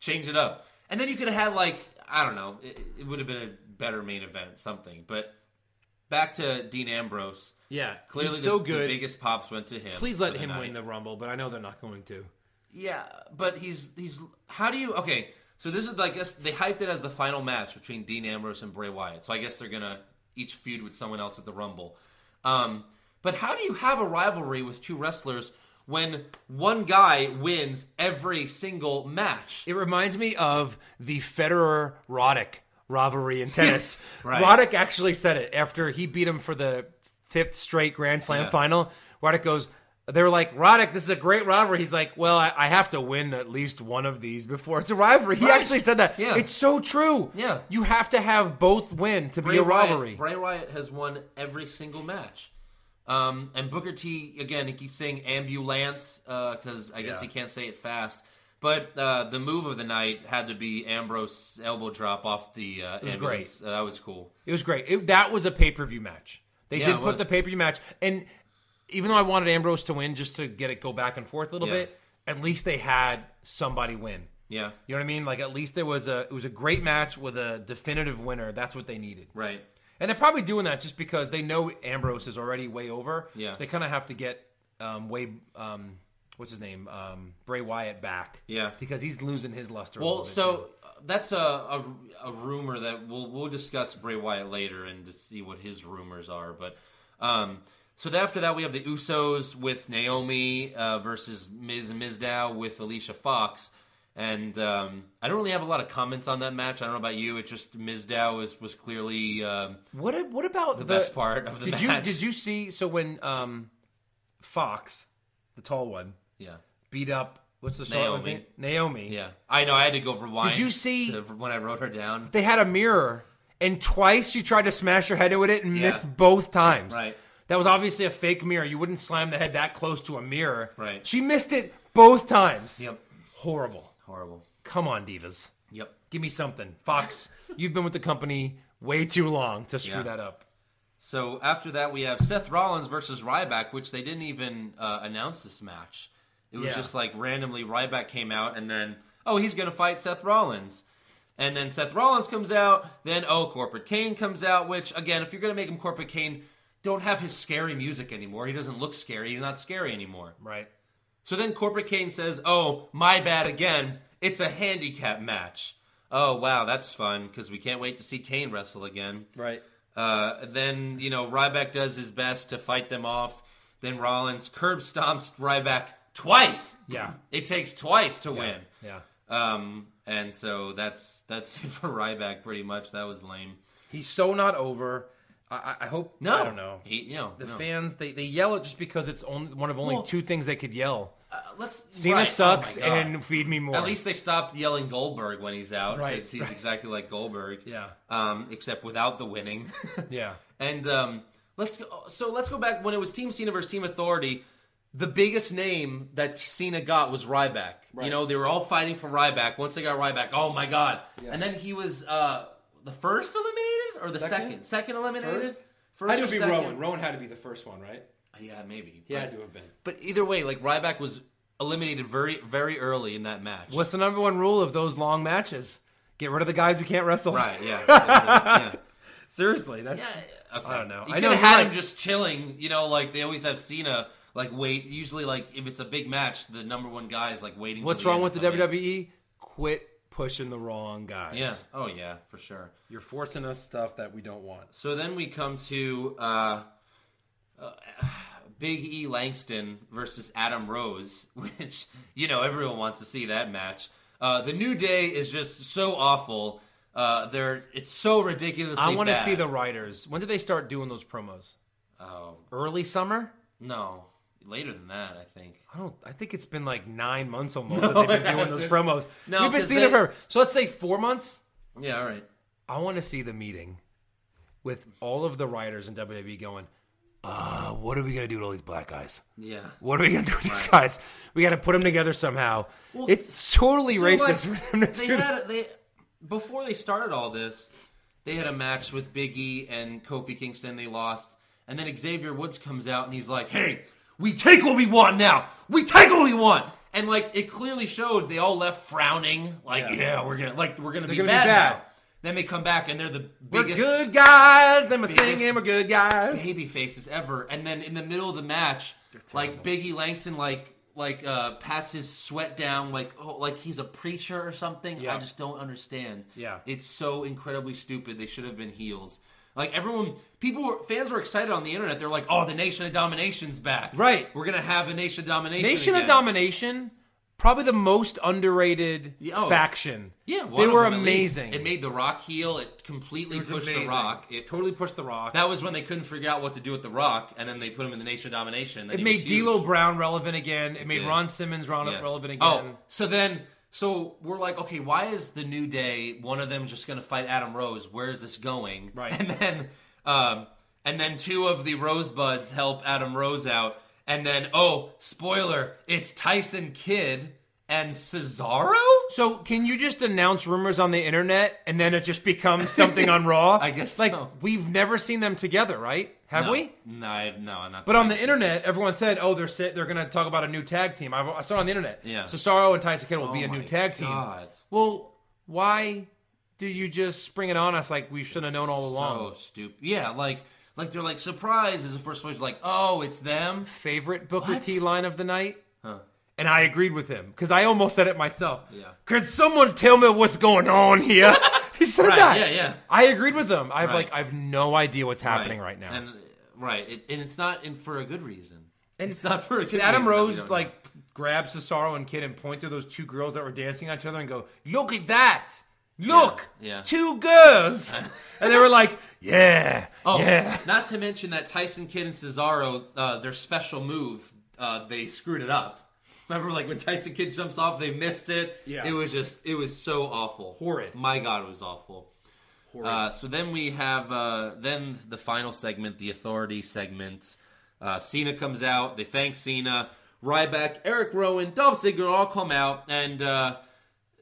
change it up. And then you could have had like I don't know, it, it would have been a better main event, something. But back to Dean Ambrose.
Yeah,
Clearly,
he's
the,
so
the
good.
biggest pops went to him.
Please let
for
him
night.
win the Rumble, but I know they're not going to.
Yeah, but he's he's. How do you? Okay, so this is I guess they hyped it as the final match between Dean Ambrose and Bray Wyatt. So I guess they're gonna each feud with someone else at the Rumble. Um, But how do you have a rivalry with two wrestlers when one guy wins every single match?
It reminds me of the Federer Roddick rivalry in tennis.
Right.
Roddick actually said it after he beat him for the fifth straight Grand Slam
Yeah.
final. Roddick goes, they were like, Roddick, this is a great rivalry. He's like, well, I, I have to win at least one of these before it's a rivalry. He
Right.
actually said that.
Yeah.
It's so true.
Yeah.
You have to have both win to be a rivalry.
Wyatt, Bray Wyatt has won every single match. Um, and Booker T, again, he keeps saying ambulance because I guess
Yeah.
he can't say it fast. But uh, the move of the night had to be Ambrose elbow drop off the uh,
was
ambulance. Uh, that was cool.
It was great. It, that was a pay per view match. They
Yeah,
did
it
put
was.
the pay per view match, and even though I wanted Ambrose to win just to get it go back and forth a little
Yeah.
bit, at least they had somebody win.
Yeah,
You know what I mean? Like at least there was a it was a great match with a definitive winner. That's what they needed.
right.
And they're probably doing that just because they know Ambrose is already way over.
Yeah.
So they kind of have to get um, way um, what's his name um, Bray Wyatt back.
Yeah.
because he's losing his luster. a
Well,
little bit, too.
so uh, that's a, a a rumor that we'll we'll discuss Bray Wyatt later and to see what his rumors are. But um, so then after that we have the Usos with Naomi uh, versus Miz and Mizdow with Alicia Fox. And um, I don't really have a lot of comments on that match. I don't know about you. It just Mizdow was was clearly um,
What a- what about the,
best part of the
did
match.
You, did you see? So when um, Fox, the tall one,
yeah
beat up what's the short one's
Naomi.
name? Naomi.
yeah. I know I had to go rewind.
Did you see-
to- when I wrote her down?
They had a mirror, and twice she tried to smash her head with it and
Yeah.
missed both times.
Right.
That was obviously a fake mirror. You wouldn't slam the head that close to a mirror.
Right.
She missed it both times.
Yep.
Horrible.
Horrible.
Come on, divas.
Yep.
Give me something, Fox. you've been with the company way too long to screw
Yeah.
that up.
So after that, we have Seth Rollins versus Ryback, which they didn't even uh, announce this match. It was
Yeah.
just like randomly Ryback came out, and then oh, he's gonna fight Seth Rollins, and then Seth Rollins comes out. Then oh, Corporate Kane comes out, which again, if you're gonna make him Corporate Kane, don't have his scary music anymore. He doesn't look scary. He's not scary anymore.
Right.
So then Corporate Kane says, "Oh, my bad again. It's a handicap match. Oh wow, that's fun because we can't wait to see Kane wrestle again."
Right.
Uh, then you know Ryback does his best to fight them off. Then Rollins curb stomps Ryback twice.
Yeah.
it takes twice to win.
Yeah.
Um, and so that's that's it for Ryback. Pretty much, that was lame.
He's so not over. I, I- I hope.
No,
I don't know.
He, you know,
the
no.
fans they, they yell it just because it's only one of only
Well-
two things they could yell.
Uh, let's
Cena
right.
sucks
Oh my God.
and feed me more.
At least they stopped yelling Goldberg when he's out. 'cause
Right,
he's
right.
exactly like Goldberg.
Yeah.
Um, except without the winning.
Yeah.
And um, let's go, so let's go back when it was Team Cena versus Team Authority. The biggest name that Cena got was Ryback. You know, they were all fighting for Ryback. Once they got Ryback, oh my god! And then he was uh, the first eliminated or the second?
Second?
Second, eliminated.
First?
First or second?
Rowan had to be the first one, right?
Yeah, maybe.
He had to have been.
But either way, like Ryback was eliminated very, very early in that match.
What's the number one rule of those long matches? Get rid of the guys who can't wrestle.
right? Yeah. yeah.
Seriously, that's
Yeah, okay.
I don't know.
You
I
could
know,
have
you're
had him
right.
just chilling. You know, like they always have Cena. Like wait, usually like if it's a big match, the number one guy is like waiting.
what's
till
wrong with
end
the E?
to come in.
WWE? Quit pushing the wrong guys.
Yeah. Oh yeah, for sure.
You're forcing us stuff that we don't want.
So then we come to uh, uh, Big E Langston versus Adam Rose, which you know everyone wants to see that match. Uh, the New Day is just so awful. Uh, they're it's so ridiculously.
I want to
bad.
see the writers. When did they start doing those promos?
Oh
Early summer?
no, later than that, I think.
I don't. Oh, I think it's been like nine months almost that they've been doing those promos.
No,
We've been
'cause
seeing
they-
it forever. So let's say four months.
Yeah. All right.
I want to see the meeting with all of the writers in WWE going. Uh, what are we gonna do to all these black guys?
Yeah.
What are we gonna do with these guys? We gotta put them together somehow. it's totally
So, like,
racist for them to
they
do that.
had they before they started all this, they had a match with Big E and Kofi Kingston. They lost, and then Xavier Woods comes out and he's like, "Hey, we take what we want now. We take what we want." And like it clearly showed, they all left frowning. Like, yeah, we're gonna like we're gonna, be,
gonna be
bad
bad.
now. Then they come back and they're the
We're
biggest
good guys. I'm a
biggest-
singing. We're good guys.
baby faces ever. And then in the middle of the match, like Biggie Langston, like like uh, pats his sweat down, like oh, like he's a preacher or something.
Yeah.
I just don't understand.
Yeah.
it's so incredibly stupid. They should have been heels. Like everyone, people, were, fans were excited on the internet. They're like, "Oh, the Nation of Domination's back!
Right.
We're gonna have a Nation of Domination.
Nation of
again.
Domination, probably the most underrated
Yeah, oh.
faction.
Yeah, one
they
of
were
them at least.
amazing.
It made The Rock heel. It completely
It was
pushed
amazing.
The Rock. It,
totally pushed the rock.
that was when they couldn't figure out what to do with The Rock, and then they put him in the Nation of Domination.
it made D'Lo Brown relevant again. It made
did.
Ron Simmons rele-
Yeah.
relevant
Oh,
again.
so then, so we're like, okay, why is the New Day one of them just going to fight Adam Rose? Where is this going?
Right.
and then, um, and then two of the Rosebuds help Adam Rose out, and then, oh, spoiler, it's Tyson Kidd and Cesaro.
So can you just announce rumors on the internet and then it just becomes something on Raw?
I guess
like
so.
we've never seen them together, right? Have
No.
we?
No, I, no, I'm not.
But on the internet, everyone said, "Oh, they're sa- they're going to talk about a new tag team." I've, I saw it on the internet.
Yeah.
Cesaro and Tyson Kidd will be
Oh
a new
my
tag team.
God.
Well, why do you just spring it on us like we should have known all along?
so stupid. Yeah, like, like they're like surprise is the first one. Like, oh, it's them.
Favorite Booker
What?
T line of the night. And I agreed with him because I almost said it myself.
Yeah.
Could someone tell me what's going on here? he said
Right,
that.
yeah, yeah.
I agreed with him. I've
Right.
like I've no idea what's happening right, now.
And right, it, and it's not in for a good reason.
And
it's not for a
Did
good
Adam
reason that we
Rose
don't know.
like grab Cesaro and Kid and point to those two girls that were dancing on each other and go, "Look at that! Look,
Yeah, yeah.
two girls," and they were like, "Yeah,
Oh,
yeah."
Not to mention that Tyson Kidd and Cesaro, uh, their special move, uh, they screwed it up. Remember, like when Tyson Kidd jumps off, they missed it.
Yeah.
it was just it was so awful,
Horrid.
My God, it was awful. Uh, so then we have uh, then the final segment, the authority segment. Uh, Cena comes out. They thank Cena. Ryback, Eric Rowan, Dolph Ziggler all come out, and uh,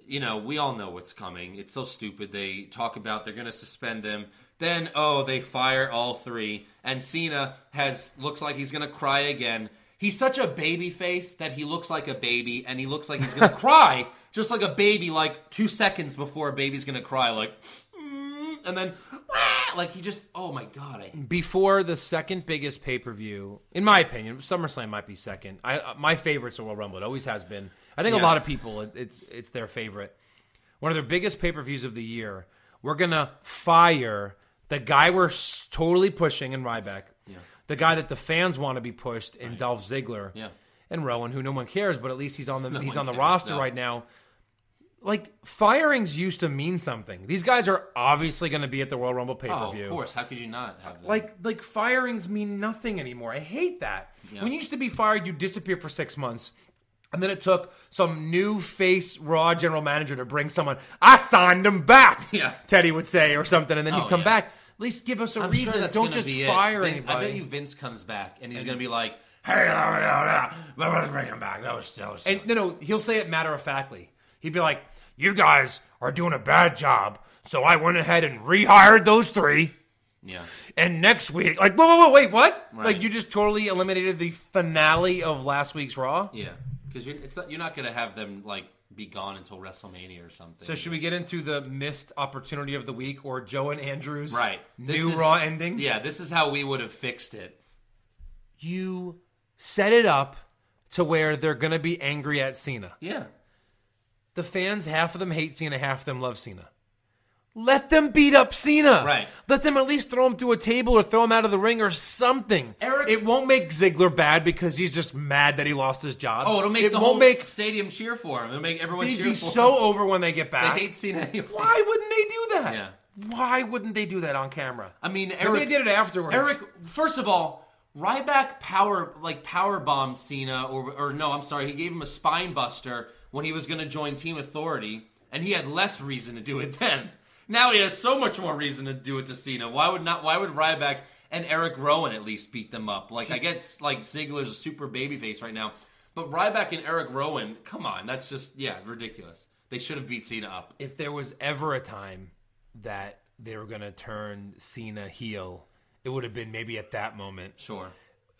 you know we all know what's coming. It's so stupid. They talk about they're going to suspend them. Then oh, they fire all three, and Cena has looks like he's going to cry again. He's such a baby face that he looks like a baby, and he looks like he's going to cry just like a baby, like two seconds before a baby's going to cry, like mm, and then "Wah!" like he just oh my god I,
Before the second biggest pay per view, in my opinion, SummerSlam might be second. I uh, my favorite's the Royal Rumble. It always has been. I think a
Yeah.
lot of people it, it's it's their favorite. One of their biggest pay per views of the year. We're gonna fire the guy we're s- totally pushing in Ryback. The guy that the fans want to be pushed in Dolph Ziggler.
Yeah.
And Rowan, who no one cares, but at least he's on the he's
one
on the
cares,
roster
no.
right now like firings used to mean something. These guys are obviously going to be at the Royal Rumble pay per
oh
view.
of course how could you not have that
Like like firings mean nothing anymore. I hate that. When you used to be fired, you disappear for six months. And then it took some new face Raw general manager to bring someone. I signed him back.
Yeah.
Teddy would say or something, and then he'd
Oh,
come
yeah.
back. At least give us a
I'm sure
reason.
that's
Don't
gonna
just
be it.
fire
Vin-
anybody.
I bet you Vince comes back and he's gonna be like
Hey, let's bring him back. That was, that was and no, no, he'll say it matter of factly. He'd be like, "You guys are doing a bad job, so I went ahead and rehired those three,
yeah
and next week, like, whoa, whoa, whoa, wait, what? Like,
Right.
you just totally eliminated the finale of last week's Raw.
yeah because you're it's not, you're not gonna have them like be gone until WrestleMania or something
So, should we get into the missed opportunity of the week or Joe and Andrews'
right This
new
is-
Raw ending?
yeah this is how we would have fixed it
you set it up to where they're gonna be angry at Cena.
yeah
the fans, half of them hate Cena, half of them love Cena. Let them beat up Cena.
Right.
Let them at least throw him through a table or throw him out of the ring or something.
Eric-
it won't make Ziggler bad because he's just mad that he lost his job.
oh it'll make
it
the
won't
whole
make
stadium cheer for him it'll make everyone
they'd
cheer
be
for
so
him.
over when they get
they
back.
hate Cena anyway.
Why wouldn't they do that?
Yeah.
Why wouldn't they do that on camera?
I mean
Maybe
Eric
they did it afterwards.
Eric, first of all, Ryback power like power bombed Cena, or or no, I'm sorry, he gave him a spine buster when he was going to join Team Authority, and he had less reason to do it then. Now he has so much more reason to do it to Cena. Why would not? Why would Ryback and Eric Rowan at least beat them up? Like I guess like Ziggler's a super babyface right now, but Ryback and Eric Rowan, come on, that's just yeah ridiculous. They should have beat Cena up.
if there was ever a time that they were going to turn Cena heel, it would have been maybe at that moment.
Sure.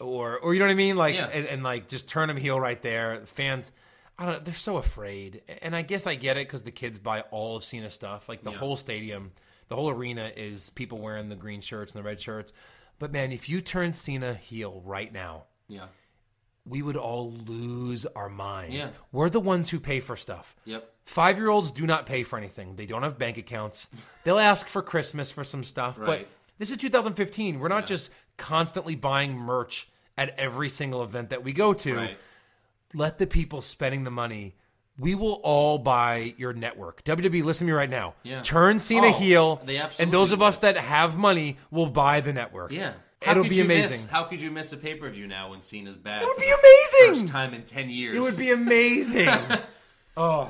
or or you know what I mean, like
Yeah.
and, and like just turn them heel right there. Fans, I don't. They're so afraid, and I guess I get it because the kids buy all of Cena's stuff. Like the whole stadium, the whole arena is people wearing the green shirts and the red shirts. But man, if you turn Cena heel right now,
Yeah.
we would all lose our minds.
Yeah.
We're the ones who pay for stuff.
Yep.
Five year olds do not pay for anything. They don't have bank accounts. They'll ask for Christmas for some stuff,
Right.
but This is 2015. We're not just constantly buying merch at every single event that we go to.
Right.
Let the people spending the money. We will all buy your network. WWE, listen to me right now.
Yeah.
Turn Cena
Oh,
heel,
they
and
absolutely
those of us that have money will buy the network.
Yeah.
It'll
could
be
you
amazing.
Miss, how could you miss a pay per view now when Cena's back?
It would
for
be
the
amazing.
First time in ten years.
It would be amazing. oh,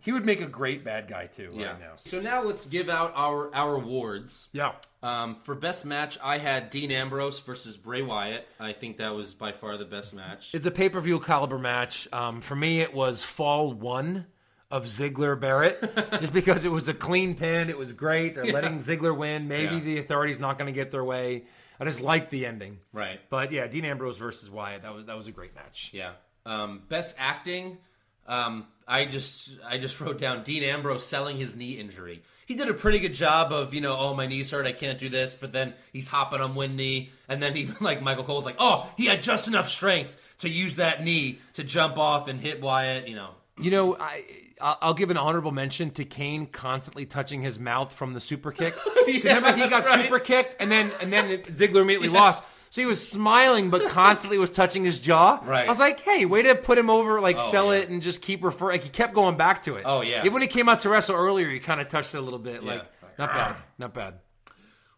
he would make a great bad guy too.
yeah.
Right now.
So now let's give out our our awards.
Yeah.
Um, for best match, I had Dean Ambrose versus Bray Wyatt. I think that was by far the best match.
It's a pay per view caliber match. Um, for me, it was Fall One of Ziggler Barrett, just because it was a clean pin. It was great. They're letting Ziggler win. Maybe
Yeah.
the authorities not going to get their way. I just like the ending.
Right.
But yeah, Dean Ambrose versus Wyatt. That was that was a great match.
Yeah. Um, best acting. Um, I just I just wrote down Dean Ambrose selling his knee injury. He did a pretty good job of you know oh my knees hurt I can't do this but then he's hopping on one knee and then even like Michael Cole's like oh he had just enough strength to use that knee to jump off and hit Wyatt you know
You know, I I'll I'll give an honorable mention to Kane constantly touching his mouth from the super kick. Remember, he got super kicked, and then and then Ziggler immediately lost. So he was smiling, but constantly was touching his jaw.
Right. Oh,
I was like, "Hey, way to put him over, like sell
yeah.
it, and just keep referring." Like he kept going back to it.
Oh, yeah.
Even when he came out to wrestle earlier, he kind of touched it a little bit. Like,
Like,
not bad, not bad.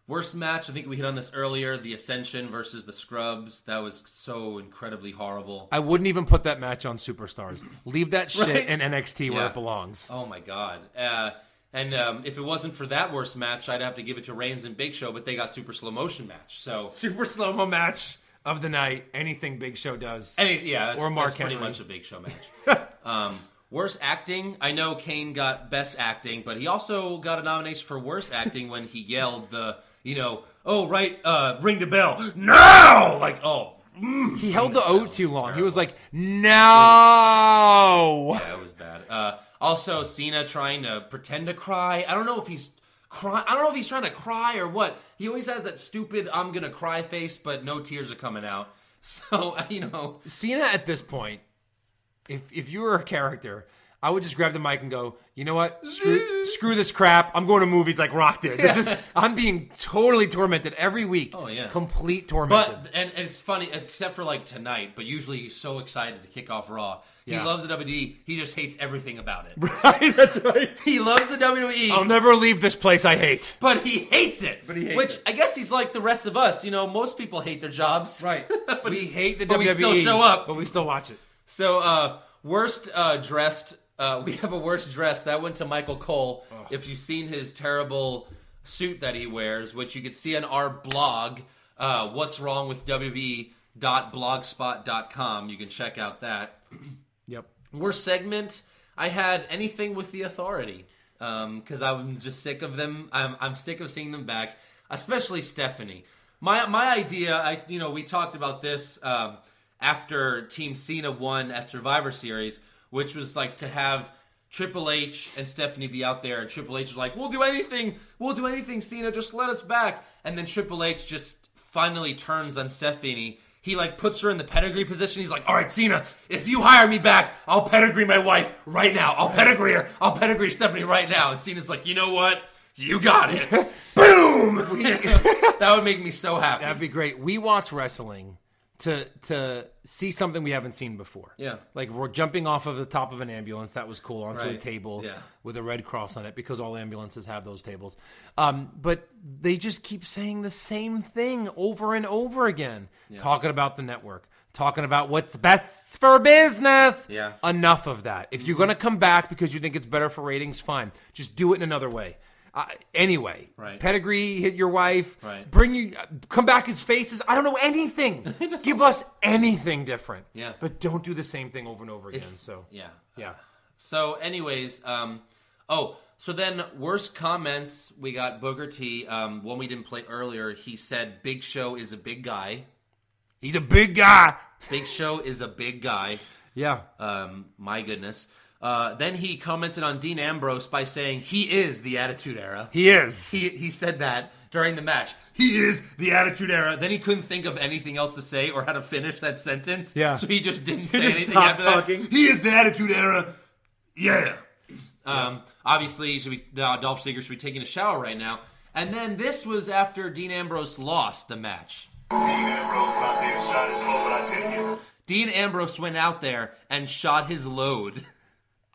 worst match I think we hit on this earlier the Ascension versus the Scrubs that was so incredibly horrible
I wouldn't even put that match on Superstars. Leave that
Right.
shit in NXT where
Yeah.
it belongs.
Oh my god. Uh, and um, if it wasn't for that worst match, I'd have to give it to Reigns and Big Show, but they got super slow motion match. So
Super slow mo match of the night. Anything Big Show does.
any yeah, that's,
Or Mark
that's pretty
Henry.
much a Big Show match. um, worst acting. I know Kane got best acting, but he also got a nomination for worst acting when he yelled the you know oh right uh, ring the bell now like oh
He held the
That
O
was
too long. He
terrible.
was like, no.
that was bad. Uh, also, Cena trying to pretend to cry. I don't know if he's crying. I don't know if he's trying to cry or what. He always has that stupid "I'm gonna cry" face, but no tears are coming out. So you know,
Cena at this point, if if you were a character, I would just grab the mic and go, you know what? Screw, screw this crap. I'm going to movies like Rock did. This is I'm being totally tormented every week. Oh
yeah.
Complete tormented.
but and, and it's funny, except for like tonight. But usually, he's so excited to kick off Raw. He
Yeah.
loves the WWE. He just hates everything about it.
right? That's right.
he loves the WWE.
I'll never leave this place I hate.
but he hates it.
Oh, But he hates
Which
it.
I guess he's like the rest of us. You know, most people hate their jobs.
but we
he-
hate the E.
but
WWE.
we still show up.
But we still watch it.
So, uh, worst uh, dressed, uh, we have a worst dressed. That went to Michael Cole. If you've seen his terrible suit that he wears, which you can see on our blog, uh, what's wrong with E WWE.blogspot.com. You can check out that.
Yep.
Worst segment, I had anything with the authority because I'm just sick of them. I'm, I'm sick of seeing them back, especially Stephanie. My my idea, I you know, we talked about this um, after Team Cena won at Survivor Series, which was like to have Triple H and Stephanie be out there, and Triple H is like, "We'll do anything, we'll do anything, Cena, just let us back." And then Triple H just finally turns on Stephanie. He like puts her in the pedigree position. He's like, "All right, Cena, if you hire me back, I'll pedigree my wife right now. I'll pedigree her. I'll pedigree Stephanie right now." And Cena's like, "You know what? You got it. Boom! that would make me so happy."
That'd be great. We watch wrestling to to see something we haven't seen before.
Yeah.
like we're jumping off of the top of an ambulance. That was cool onto a
Right.
table
Yeah.
with a red cross on it because all ambulances have those tables. Um, but they just keep saying the same thing over and over again, talking about the network. Talking about what's best for business.
Yeah. Mm-hmm.
Enough of that. If you're going to come back because you think it's better for ratings, fine. Just do it in another way. Uh, anyway.
Right.
Pedigree, hit your wife
Right.
bring you come back as faces i don't know anything give us anything different
Yeah.
but don't do the same thing over and over again so
yeah,
yeah
So, anyways, um, oh, so then worst comments we got Booger T. Um, one we didn't play earlier. He said Big Show is a big guy.
he's a big guy
Big Show is a big guy.
yeah
Um, my goodness. Uh, then he commented on Dean Ambrose by saying he is the Attitude Era.
he is
He he said that during the match. He is the Attitude Era. Then he couldn't think of anything else to say or how to finish that sentence.
Yeah.
So he just didn't say
just
anything
stopped
after that.
talking.
He is the Attitude Era. Yeah. Um, obviously, he should be, uh, Dolph Ziggler should be taking a shower right now. And then this was after Dean Ambrose lost the match.
Dean Ambrose, when I did shot his low, but I tell you,
Dean Ambrose went out there and shot his load.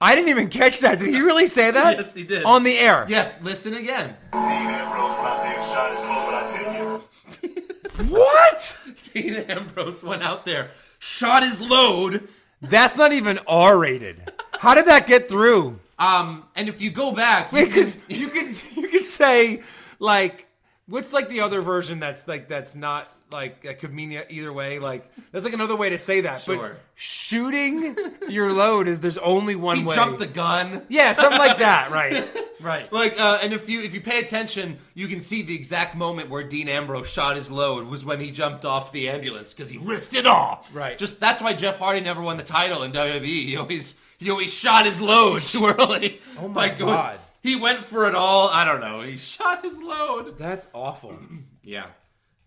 I didn't even catch that. Did he really say that?
Yes, he did.
On the air.
Yes, listen again.
Dean Ambrose, when I did shot his low, but I tell you,
What?
Dean Ambrose went out there, shot his load.
That's not even R rated. How did that get through?
Um, and if you go back, you
Because
can-
you could you could say like what's like the other version that's like that's not like that could mean e- either way. Like that's like another way to say that.
Sure.
But shooting your load is there's only one
he
way.
jumped the gun.
yeah, something like that. Right. Right.
Like, uh, and if you if you pay attention, you can see the exact moment where Dean Ambrose shot his load was when he jumped off the ambulance because he risked it all.
Right.
Just that's why Jeff Hardy never won the title in WWE. He always he always shot his load too early.
Oh
By
my
going-
God.
He went for it all. I don't know. He shot his load.
That's awful.
Yeah.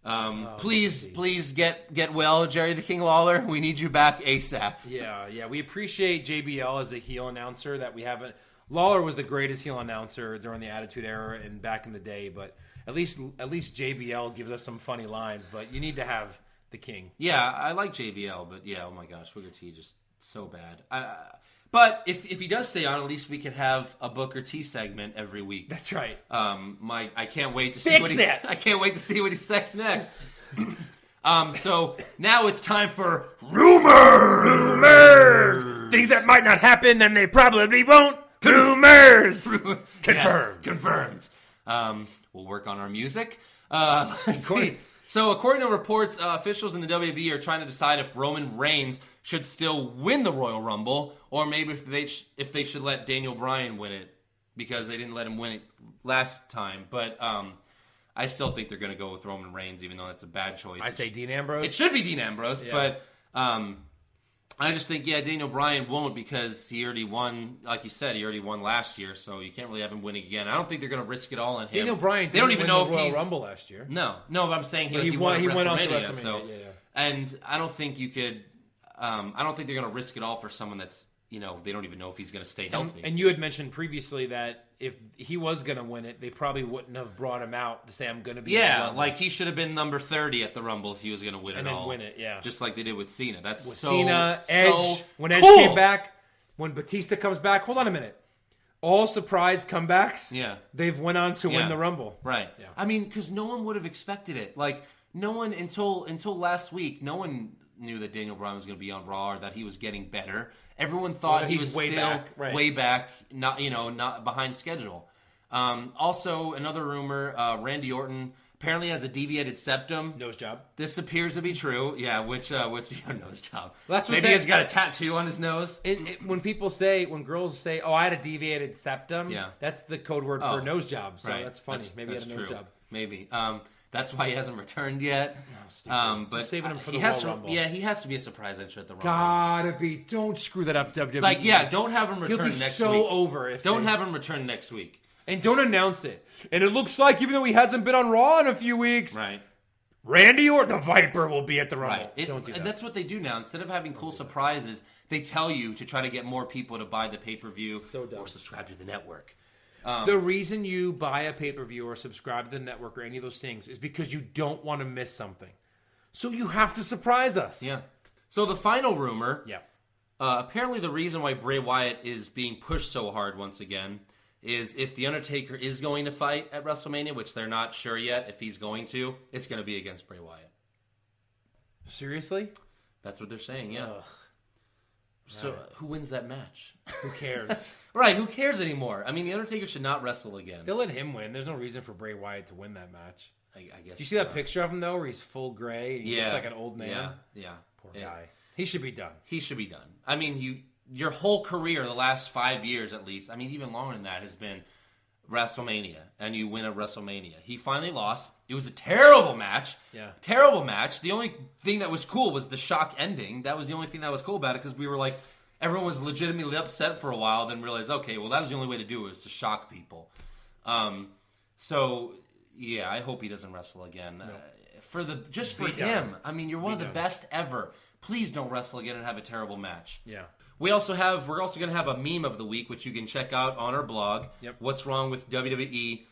Oh,
Um, please, please get get well, Jerry the King Lawler. We need you back ASAP.
Yeah, yeah. We appreciate JBL as a heel announcer that we haven't. Lawler was the greatest heel announcer during the Attitude Era and back in the day, but at least at least JBL gives us some funny lines. But you need to have the king.
Yeah, I like JBL, but yeah, oh my gosh, Booker T just so bad. I, but if if he does stay on, at least we could have a Booker T segment every week.
That's right.
Um, my I can't wait to see
Fix
what he
that.
I can't wait to see what he sex next. um, so now it's time for
Rumors, things that might not happen, and they probably won't. Rumors.
confirmed.
Confirmed.
confirmed. Um, we'll work on our music. Uh, let's see. So, according to reports, uh, officials in the WWE are trying to decide if Roman Reigns should still win the Royal Rumble, or maybe if they sh- if they should let Daniel Bryan win it because they didn't let him win it last time. But um, I still think they're going to go with Roman Reigns, even though that's a bad choice.
I say Dean Ambrose.
It should be Dean Ambrose,
Yeah.
but um, I just think yeah, Daniel Bryan won't because he already won. Like you said, he already won last year, so you can't really have him winning again. I don't think they're going to risk it all on him.
Daniel Bryan.
They don't even
win
know
the
if
Royal
he's
Rumble last year.
no, no. But I'm saying he, like,
he
he,
won-
won.
he
at
went on to
WrestleMania,
WrestleMania,
so
yeah, yeah.
and I don't think you could. Um, I don't think they're going to risk it all for someone that's you know they don't even know if he's going to stay healthy.
And you had mentioned previously that if he was going to win it, they probably wouldn't have brought him out to say I'm going to be. in the
yeah,
Rumble."
like he should have been number thirty at the Rumble if he was going to win
And
it
then
all.
win it, yeah.
just like they did with Cena. That's
with
so,
Cena,
so
Edge. when Edge
cool.
came back, when Batista comes back, hold on a minute. All surprise comebacks.
Yeah.
they've went on to
Yeah.
win the Rumble.
Right.
Yeah.
I mean, because no one would have expected it. Like no one until until last week, no one knew that Daniel Bryan was going to be on Raw or that he was getting better. Everyone thought
Well,
he
he's
was
way
still
back, right.
way back, not you know not behind schedule. Um, also, another rumor: uh, Randy Orton apparently has a deviated septum.
Nose job.
This appears to be true. Yeah, which uh, which your nose job.
That's what
Maybe
they-
he's got a tattoo on his nose.
It, it- when people say, when girls say, "Oh, I had a deviated septum,"
Yeah.
that's the code word for
Oh,
nose job. So
Right.
that's funny. Maybe he had a nose job.
Maybe. Um, that's why he hasn't returned yet.
stupid.
um,
Just
but
saving him for
he
the
has
Royal
to,
Rumble.
Yeah, he has to be a surprise entry at the Rumble.
Gotta be. Don't screw that up, WWE.
Like, yeah, don't have him
He'll
return
be
next
so
week.
over if
Don't
they-
have him return next week.
and don't announce it. And it looks like even though he hasn't been on Raw in a few weeks,
Right.
Randy or the Viper will be at the Rumble.
Right. It-
don't do that.
and That's what they do now. Instead of having cool surprises, they tell you to try to get more people to buy the pay per view
So dumb.
or subscribe to the network.
The reason you buy a pay per view or subscribe to the network or any of those things is because you don't want to miss something. So you have to surprise us.
Yeah. So the final rumor
Yeah.
Uh, apparently, the reason why Bray Wyatt is being pushed so hard once again is if The Undertaker is going to fight at WrestleMania, which they're not sure yet if he's going to, it's going to be against Bray Wyatt.
Seriously?
That's what they're saying, yeah. So, uh, who wins that match?
Who cares?
right, who cares anymore? I mean, The Undertaker should not wrestle again.
They'll let him win. There's no reason for Bray Wyatt to win that match.
I, I guess.
Do you see that picture of him though, where he's full gray? He
Yeah.
looks like an old man.
Yeah, yeah.
Poor
Yeah.
guy. He should be done.
He should be done. I mean, you your whole career, the last five years at least, I mean, even longer than that, has been WrestleMania, and you win a WrestleMania. He finally lost. It was a terrible match.
Yeah.
terrible match. The only thing that was cool was the shock ending. That was the only thing that was cool about it because we were like, everyone was legitimately upset for a while, then realized, okay, well, that was the only way to do it was to shock people. Um, so yeah, I hope he doesn't wrestle again. Uh, for the just for
done.
him, I mean, you're one of the
done.
best ever. Please don't wrestle again and have a terrible match.
Yeah.
We also have we're also going to have a meme of the week which you can check out on our blog.
Yep.
What's wrong with E WWE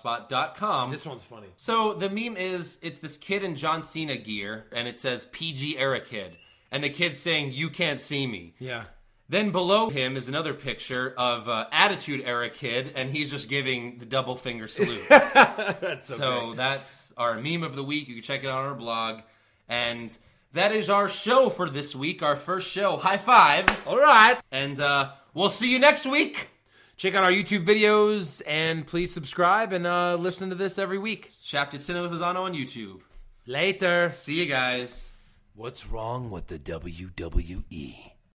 blogspot.com.
This one's funny.
So the meme is it's this kid in John Cena gear, and it says PG era kid, and the kid's saying you can't see me.
Yeah.
Then below him is another picture of uh, Attitude era kid, and he's just giving the double finger salute. so that's our meme of the week. You can check it out on our blog, and that is our show for this week. Our first show. High five,
All right.
and uh, we'll see you next week.
Check out our YouTube videos and please subscribe and uh, listen to this every week.
Shafted Cinema Pisano on YouTube.
Later.
See you guys.
What's wrong with the WWE?